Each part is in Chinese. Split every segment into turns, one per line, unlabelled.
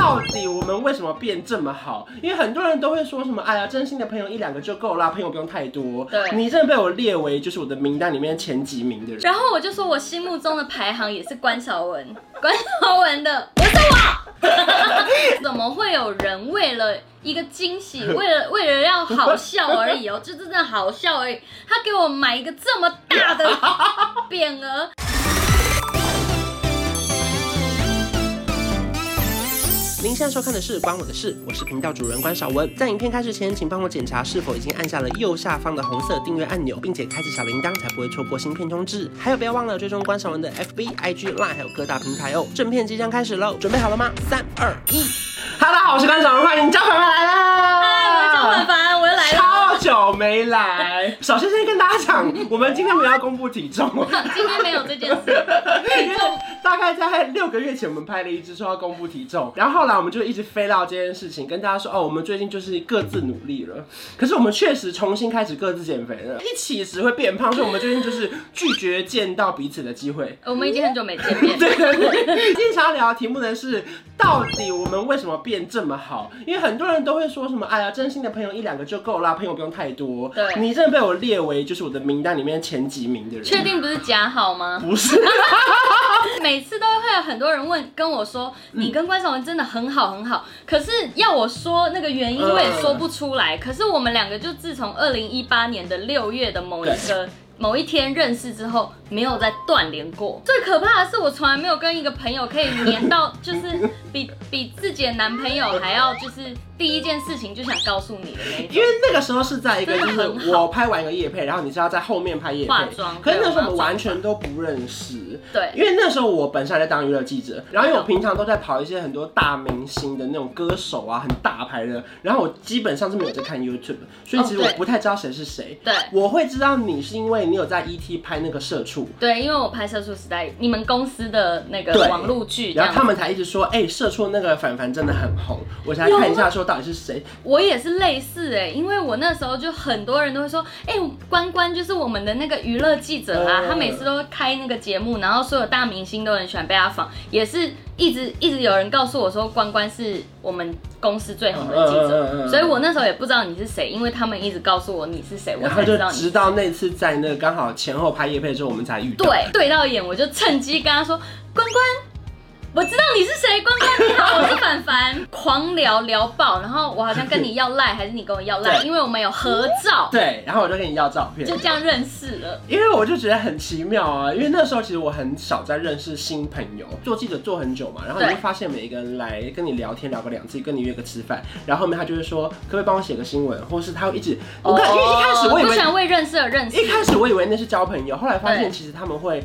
到底我们为什么变这么好？因为很多人都会说什么，哎呀，真心的朋友一两个就够啦，朋友不用太多。
对
你真的被我列为就是我的名单里面前几名的人。
然后我就说我心目中的排行也是关晓雯， 关晓雯的，不是我。 怎么会有人为了一个惊喜，为了为了要好笑而已哦，就真的好笑而已。他给我买一个这么大的匾额，
您现在收看的是《关我的事》，我是频道主人关少文。在影片开始前，请帮我检查是否已经按下了右下方的红色订阅按钮，并且开启小铃铛，才不会错过新片通知。还有，不要忘了追踪关少文的 FB、IG、Line，还有各大平台哦。正片即将开始喽，准备好了吗？三、二、一，Hello，好，我是关少文，欢迎焦凡凡来啦！
嗨，哎我是范凡，我又 来了。
超久没 来，首先先跟大家讲，我们今天没有要公布体重哦，
今天没有这件事，
因为大概在六个月前，我们拍了一支说要公布体重，然后后来我们就一直飞到这件事情，跟大家说哦，我们最近就是各自努力了。可是我们确实重新开始各自减肥了，一起只会变胖，所以我们最近就是拒绝见到彼此的机会。
我们已经很久没见 面。
对对对，今天想要聊的题目呢是，到底我们为什么变这么好？因为很多人都会说什么，哎呀，真心的朋友一两个就够啦，朋友不用太多。
对
你真的被我列为就是我的名单里面前几名的人。
确定不是假好吗？
不是，
每次都会有很多人问跟我说，
嗯
你跟关晓雯真的很好很好，可是要我说那个原因，
嗯
我也说不出来。可是我们两个就自从二零一八年的六月的某一个。某一天认识之后，没有再断联过。最可怕的是，我从来没有跟一个朋友可以黏到，就是 比比自己的男朋友还要，就是第一件事情就想告诉你的那 一种。
因为那个时候是在一个就
真的很
是我拍完一个夜配，然后你是要在后面拍夜
化
配
妆，
可是那时
对
候我
我
们
们要
完全都不认识。
对，
因为那时候我本身还在当娱乐记者，然后因为
嗯
我平常都在跑一些很多大明星的那种歌手啊，很大牌的，然后我基本上是没有在看 YouTube，所以其实
哦
我
对
不太知道谁是谁。
对
我会知道你是因为你有在 ET 拍那个社畜，
对，因为我拍《社畜时代》，你们公司的那个
对
网络剧，这
然
样
后
子。
他们才一直说，哎、社畜那个凡凡真的很红，我才
有吗
看一下说到底是谁。
我也是类似哎、因为我那时候就很多人都会说，哎、关关就是我们的那个娱乐记者啊，
嗯
他每次都会开那个节目，然后所有大明星都很喜欢被他访，也是一直一直有人告诉我说，关关是我们公司最红的记
嗯嗯嗯嗯
者，
嗯
所以我那时候也不知道你是谁，因为他们一直告诉我你是谁，我
嗯然后
才
就
知道你
直
是。
到那次在那个刚好前后拍夜配之后，我们才遇到。
对对到眼，我就趁机跟他说，关关。我知道你是谁，关关你好，我是凡凡，狂聊聊爆，然后我好像跟你要赖，还是你跟我要赖，
对
因为我们有合照，
对，然后我就跟你要照片，
就这样认识了。
因为我就觉得很奇妙啊，因为那时候其实我很少在认识新朋友，做记者做很久嘛，然后你
对
就发现每一个人来跟你聊天聊个两次，跟你约个吃饭，然后后面他就会说可不可以帮我写个新闻，或是他会一直，我看、因为一开始我以
哦不
为
想为认识而认识，
一开始我以为那是交朋友，后来发
对
现其实他们会。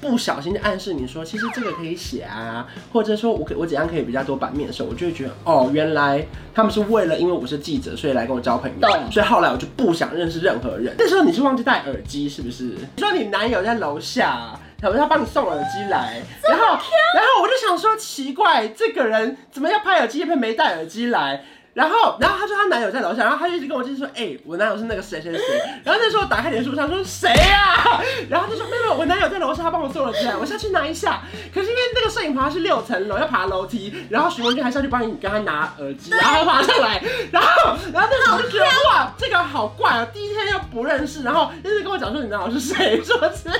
不小心就暗示你说，其实这个可以写啊，或者说我可我怎样可以比较多版面的时候，我就会觉得哦，原来他们是为了因为我是记者，所以来跟我交朋友
懂，
所以后来我就不想认识任何人。那时候你是忘记戴耳机是不是？你说你男友在楼下，然后他帮你送耳机来，然后然后我就想说奇怪，这个人怎么要拍耳机，也没戴耳机来？然后，然后她说她男友在楼下，然后她就一直跟我解释说，哎、我男友是那个谁谁谁。然后那时候我打开脸书上说谁啊？ 然后她说没有，没有我男友在楼上，他帮我送了进来，我下去拿一下。可是因为那个摄影棚它是六层楼，要爬楼梯，然后徐文俊还下去帮你跟他拿耳机，然后他爬上来，然后，然后那时候我就觉得哇，这个好怪啊！第一天又不认识，然后一直跟我讲说你男友是谁，说是
真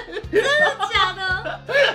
的假的？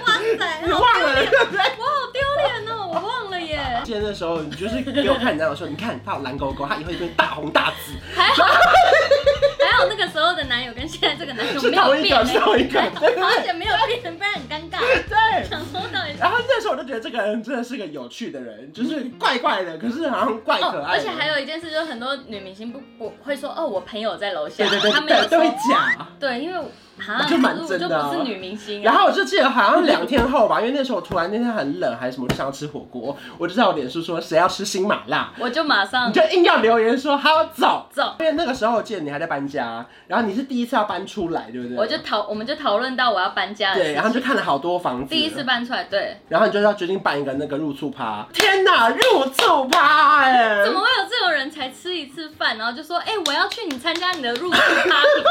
哇塞，
你忘了对不对？
哎我好丢脸哦，我忘了耶。
记得那时候你就是给我看你男友说，你看他有蓝勾勾，他以后一定会大红大紫。
还好，还好那个时候的男友跟现在这个男友
是
没有
同一
变
个，是
欸，
同一个，对对
而
对
且没有变，不然很尴尬。
对。
想说到底是。
然后那时候我就觉得这个人真的是个有趣的人，就是怪怪的，可是好像怪可
哦，
爱
而
的
且还有一件事，就是很多女明星不不会说哦，我朋友在楼下
对对，对
她没有
对都会
说
假。
对，因为我啊，
就蛮
可是我
真的啊
就不是女明星啊，
然后我就记得好像两天后吧，因为那时候我突然那天很冷还是什么，我就想要吃火锅，我就在我脸书说谁要吃新麻辣，
我就马上
你就硬要留言说好走。
走，
因为那个时候我记得你还在搬家，然后你是第一次要搬出来，对不对？
我就讨我们就讨论到我要搬家的
对，
事
然后就看了好多房子，
第一次搬出来，对，
然后你就要决定办一个那个入住趴。天哪，入住趴哎、
怎么会有这种人才吃一次饭，然后就说，哎、我要去你参加你的入住 party？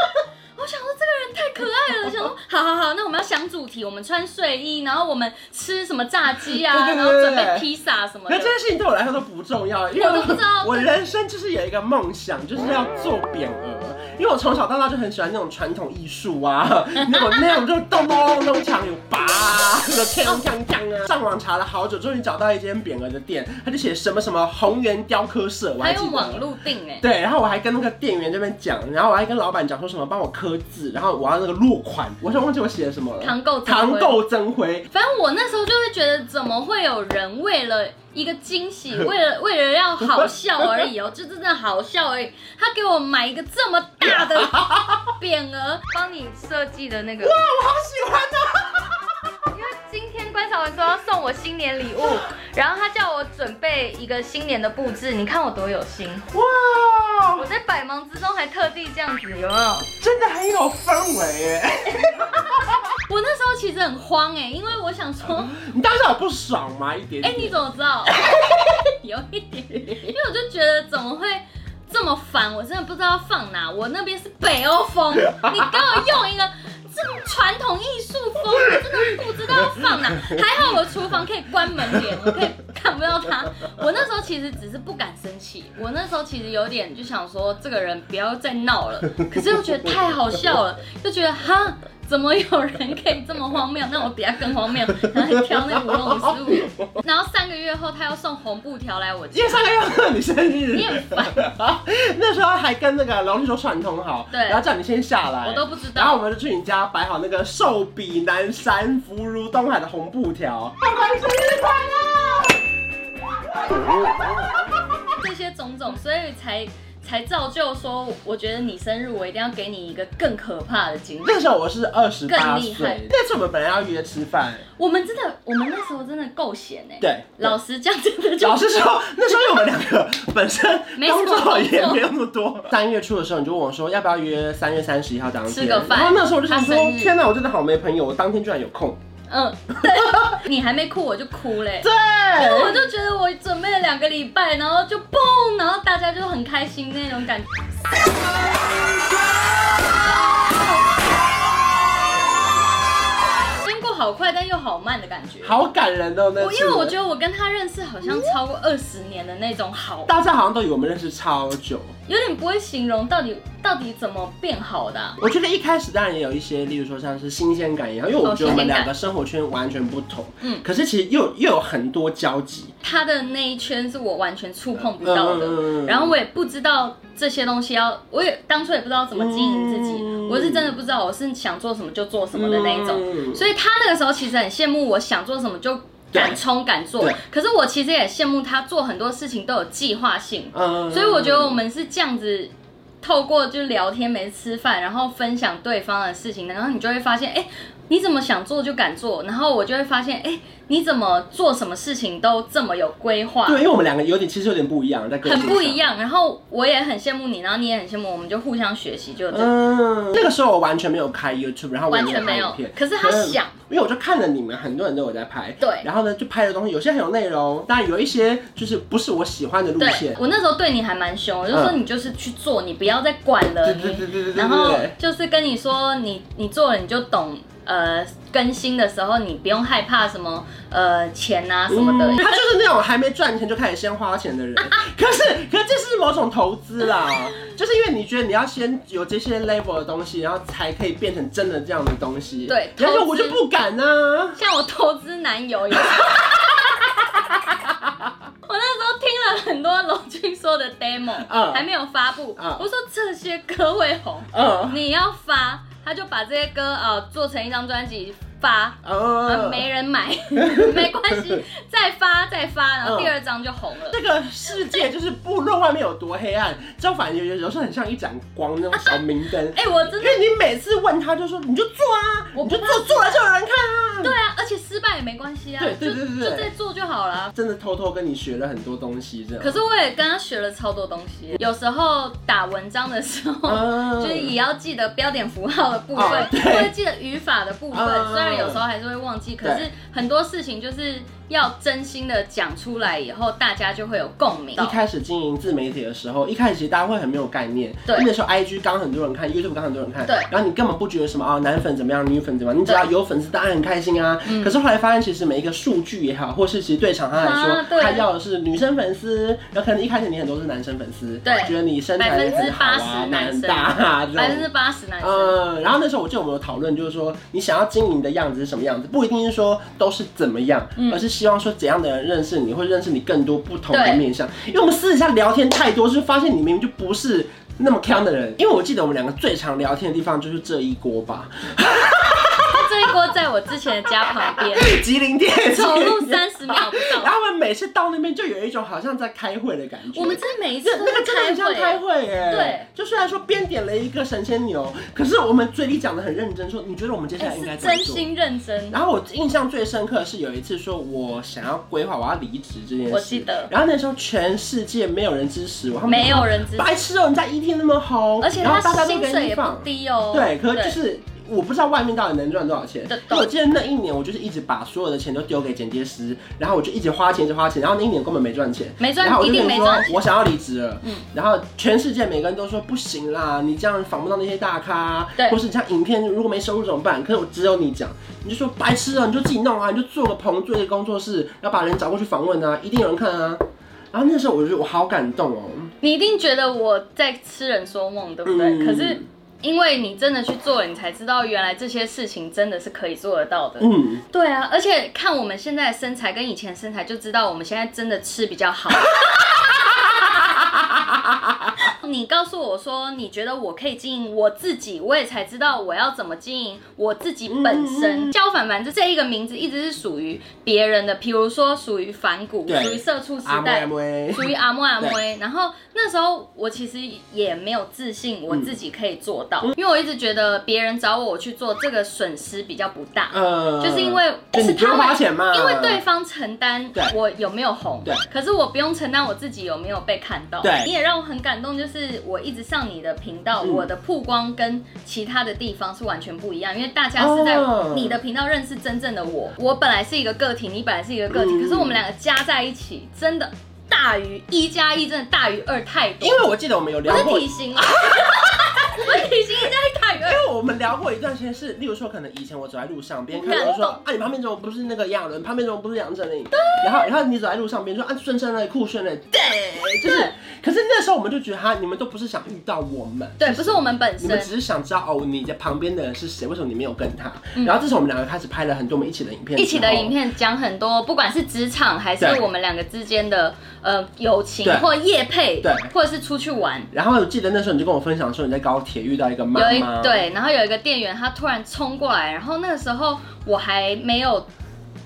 我 想说这个人太可 爱了，想说好好好，那我们要想主题，我们穿睡衣，然后我们吃什么炸鸡啊，
对对对
然后准
对
备披萨什么
那
的
这。件事情对我来说都不重要，因为
我都不知道
我人生就是有一个梦想，就是要做匾额。因为我从小到大就很喜欢那种传统艺术啊，那种那种就是咚咚咚咚锵有拔啊，那种锵锵锵啊。上网查了好久，终于找到一间匾额的店，他就写什么什么红源雕刻社，我还
还有
记
网
得。
路订哎、
对，然后我还跟那个店员这边讲，然后我还跟老板讲说什么帮我刻字，然后我要那个落款，我想忘记我写了什么了。
团购
唐购增辉，
反正我那时候就会觉得，怎么会有人为了一个惊喜，为了为了要好笑而已哦，就真的好笑而已。他给我买一个这么大的匾额，帮你设计的那个，
啊，我好喜欢啊！
因为今天关晓雯说要送我新年礼物，然后他叫我准备一个新年的布置，你看我多有心，
哇
我，在百忙之中还特地这样子，有没有？
真的很有氛围耶。
我那时候其实很慌哎、因为我想说。
你当时有不爽吗？一点
哎、
点。
你怎么知道？ 有一点， 因为我就觉得怎么会这么烦，我真的不知道要放哪。我那边是北欧风，你给我用一个这种传统艺术风，我真的不知道要放哪。还好我厨房可以关门帘，我可以看不到它。我那时候其实只是不敢生气，我那时候其实有点就想说这个人不要再闹了，可是又觉得太好笑了，就觉得哈。怎么有人可以这么荒谬？那我比他更荒谬，然后还挑那五龙五十五，然后三个月后他要送红布条来我家
因，为上个月是你生日，
你 很烦
那时候还跟那个龙女说串通好，
对
然后叫你先下来，
我都不知
然后
道。
我们就去你家摆好那个寿比南山，福如东海的红布条。大官生日快乐！
这些种种，所以才才造就说，我觉得你生日我一定要给你一个更可怕的惊喜。
那时候我是二十八
更厉害
岁，那次我们本来要约吃饭，
我们真的，我们那时候真的够闲哎、
对
老实讲，真的就
老实说，那时候因为我们两个本身
没什么
工作也
工作
没有那么多。三月初的时候，你就问我说要不要约三月三十一号当天
吃个饭
然后那时候我就想
他
说
生，日
天哪，我真的好没朋友，我当天居然有空。
嗯，对， 你还没哭我就哭嘞、
对，
我就觉得我准备了两个礼拜，然后就嘣，然后大家就很开心那种 感觉。经过好快但又好慢的感觉。
好感人的那
我
次。
因为我觉得我跟他认识好像超过二十年的那种好，
大家好像都以为我们认识超久。
有点不会形容到底到底怎么变好的啊、
我觉得一开始当然也有一些，例如说像是新鲜感一样，因为我觉得我们两个生活圈完全不同。嗯
嗯，
可是其实又又有很多交集。
他的那一圈是我完全触碰不到的，
嗯
然后我也不知道这些东西要，我也当初也不知道怎么经营自己，
嗯
我是真的不知道，我是想做什么就做什么的那一种。
嗯
所以他那个时候其实很羡慕我想做什么就敢冲敢做
对，
可是我其实也羡慕他做很多事情都有计划性，
嗯
所以我觉得我们是这样子。透过就是聊天、没吃饭，然后分享对方的事情，然后你就会发现，哎、你怎么想做就敢做，然后我就会发现，哎、你怎么做什么事情都这么有规划，
对，因为我们两个有点其实有点不一样，在个性
很
上
不一。样。然后我也很羡慕你，然后你也很羡慕我，我们就互相学习，就这样。
嗯，那个时候我完全没有开 YouTube，然后我也
完全没有
拍影片
可是他想，
因为我就看了你们很多人都有在拍，
对
嗯然后呢就拍的东西有些很有内容，但有一些就是不是我喜欢的路
对
线，
我那时候对你还蛮凶，我就说
嗯
你就是去做，你不要再管了。
对
你
对对对对对对
然后就是跟你说，你你做了你就懂，呃，更新的时候你不用害怕什么呃钱啊什么的
嗯。他就是那种还没赚钱就开始先花钱的 人。可是，可是这是某种投资啦，就是因为你觉得你要先有这些 level 的东西，然后才可以变成真的这样的东西。
对
然后
投资
我就不敢呢、啊。
像我投资男友也是。 我那时候听了很多龙君说的 demo，、
嗯
还没有发布。
嗯
我说这些歌会红，
嗯，
你要发，他就把这些歌呃做成一张专辑发。呃，
哦、
没人 买，没关系，再发再发，然
嗯
后第二张就红了。
这个世界就是不论外面有多黑暗，就反正有有时候很像一盏光那种小明灯。
哎、我
因
真的
为你每次问他，就说你就做啊，
我
你
不
就做，做了就有人看啊。
对啊，而且失败也没关系啊，
对对对对对
就就再做就好了。啊
真的偷偷跟你学了很多东西，这样。
可是我也跟他学了超多东西，有时候打文章的时候，
嗯
就是也要记得标点符号的部分，
哦对
会记得语法的部分。
嗯
虽然有时候还是会忘记，可是很多事情就是要真心的讲出来以后，大家就会有共鸣。
一开始经营自媒体的时候，一开始其实大家会很没有概念，
对
因为那时候 IG 刚很多人看，YouTube 刚很多人看，
对
然后你根本不觉得什么啊，男粉怎么样，女粉怎么样，你只要有粉丝，当然很开心啊。
嗯
可是后来发现，其实每一个数据也好，或是其实对厂商来说
啊，对
他要的是女生粉丝，然后可能一开始你很多是男生粉丝，
对
觉得你身材也很好啊，
80%
蛮大啊，这种
百分之八十男生。
嗯，然后那时候我记得我们有讨论，就是说你想要经营的样子是什么样子，不一定是说都是怎么样，
嗯
而是希望说怎样的人认识你，会认识你更多不同的
对
面相。因为我们私底下聊天太多，就发现你明明就不是那么强的人。因为我记得我们两个最常聊天的地方就是这一锅吧，
他这一锅在我之前的家旁边，
吉林店
走 路三十秒不
然
到。
后我们每次到那边就有一种好像在开会的感觉。
我们真的每一次
那
都
那个真的很像
在
开
开会。
会耶，
对，
就虽然说编点了一个神仙牛，可是我们嘴里讲的很认真，说你觉得我们接下来
哎
应该
是
怎么
真
做？
心认真，
然后我印象最深刻的是有一次说，我想要规划我要离职这件事，
我记得
然后那时候全世界没有人支持我，他们就
没有人知
说白痴哦，你在 ET 那么红，
而且
然后大
他
家都
薪
给
水
你
也不
放，
低哦。
对，可是就是。我不知道外面到底能赚多少钱
对，
因为我记得那一年我就是一直把所有的钱都丢给剪接师，然后我就一直花钱，一直花钱，然后那一年根本没赚钱，
没赚
然后我就跟
一
你
定没
说
赚钱
我想要离职了，
嗯
然后全世界每个人都说不行啦，你这样访不到那些大咖，啊
对
或是你像影片如果没收入怎么办？可是我只有你讲，你就说白痴啊，你就自己弄啊，你就做个棚，做一个工作室，然后把人找过去访问啊，一定有人看啊。然后那时候我就我好感动哦，
你一定觉得我在痴人说梦，对不对？
嗯
可是因为你真的去做了，你才知道原来这些事情真的是可以做得到的。
嗯，
对啊，而且看我们现在的身材跟以前的身材，就知道我们现在真的吃比 较好。你告诉我说，你觉得我可以经营我自己，我也才知道我要怎么经营我自己本
嗯
身。焦凡凡这这一个名字一直是属于别人的，比如说属于反骨，
对
属于社畜时
阿妹
代
阿，妹，
属于阿莫阿莫。然后那时候我其实也没有自信，我自己可以做到，
嗯
因为我一直觉得别人找我我去做这个损失比较不大，
呃
就是因为
就你
是
不用
他
花
们。
钱嘛，
因为对方承担
对
我有没有红，
对
可是我不用承担我自己有没有被看到。
对
你也让我很感动，就是我一直上你的频道，
嗯
我的曝光跟其他的地方是完全不一样，因为大家是在
哦
你的频道认识真正的我。我本来是一个个体，你本来是一个个体，
嗯
可是我们两个加在一起，真的大于一加一，真的大于二太多
因。为我记得我们有聊
我是
过
体型啊， 我是体型应该大于二。
因为我们聊过一段时间是，例如说，可能以前我走在路上，别人看
感
到
动
说啊，你旁边怎么不是那个亚伦，旁边怎么不是杨丞琳？然后然后你走在路上，别人说啊，顺顺嘞，酷炫嘞，对，就是
对。
可是那时候我们就觉得哈，你们都不是想遇到我们，
对，不是我们本
你们
身，
只是想知道哦，你在旁边的人是谁，为什么你没有跟他？然后这时候我们两个开始拍了很多我们一起的影片，
嗯一起的影。片讲很多，不管是职场还是
对
我们两个之间的呃友情
对
或业配
对，
或者是出去玩。
然后我记得那时候你就跟我分享说你在高铁遇到一个妈
有一
妈，，
对，然后有一个店员他突然冲过来，然后那个时候我还没有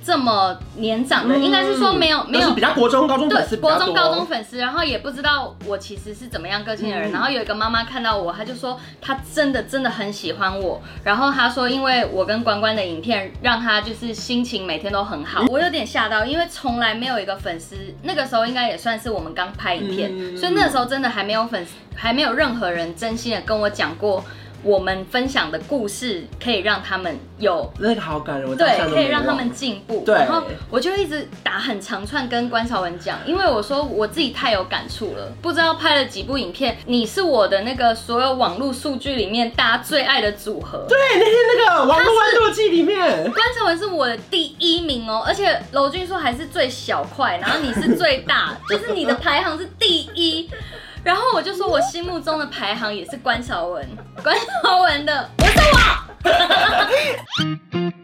这么年长的，
嗯
应该是说没有没
就
有
是比较国中高中粉丝
对
比较
国
多，
中高中粉丝，然后也不知道我其实是怎么样个性的
嗯
人。然后有一个妈妈看到我，她就说她真的真的很喜欢我。然后她说，因为我跟关关的影片，让她就是心情每天都很
嗯
好。我有点吓到，因为从来没有一个粉丝，那个时候应该也算是我们刚拍影片，
嗯
所以那时候真的还没有粉丝，还没有任何人真心的跟我讲过。我们分享的故事可以让他们有
那个好感人，我到现在
对，
都
可以
没
让他
忘
们进步。
对
然后我就一直打很长串跟关朝文讲，因为我说我自己太有感触了，不知道拍了几部影片，你是我的那个所有网络数据里面大家最爱的 组合。
对那天那个《网络温度计》里面，
关朝文是我的第一名哦，而且娄俊硕还是最小块，然后你是最大， 就是你的排行是第一。然后我就说，我心目中的排行也是关朝文，关朝文的，我是我。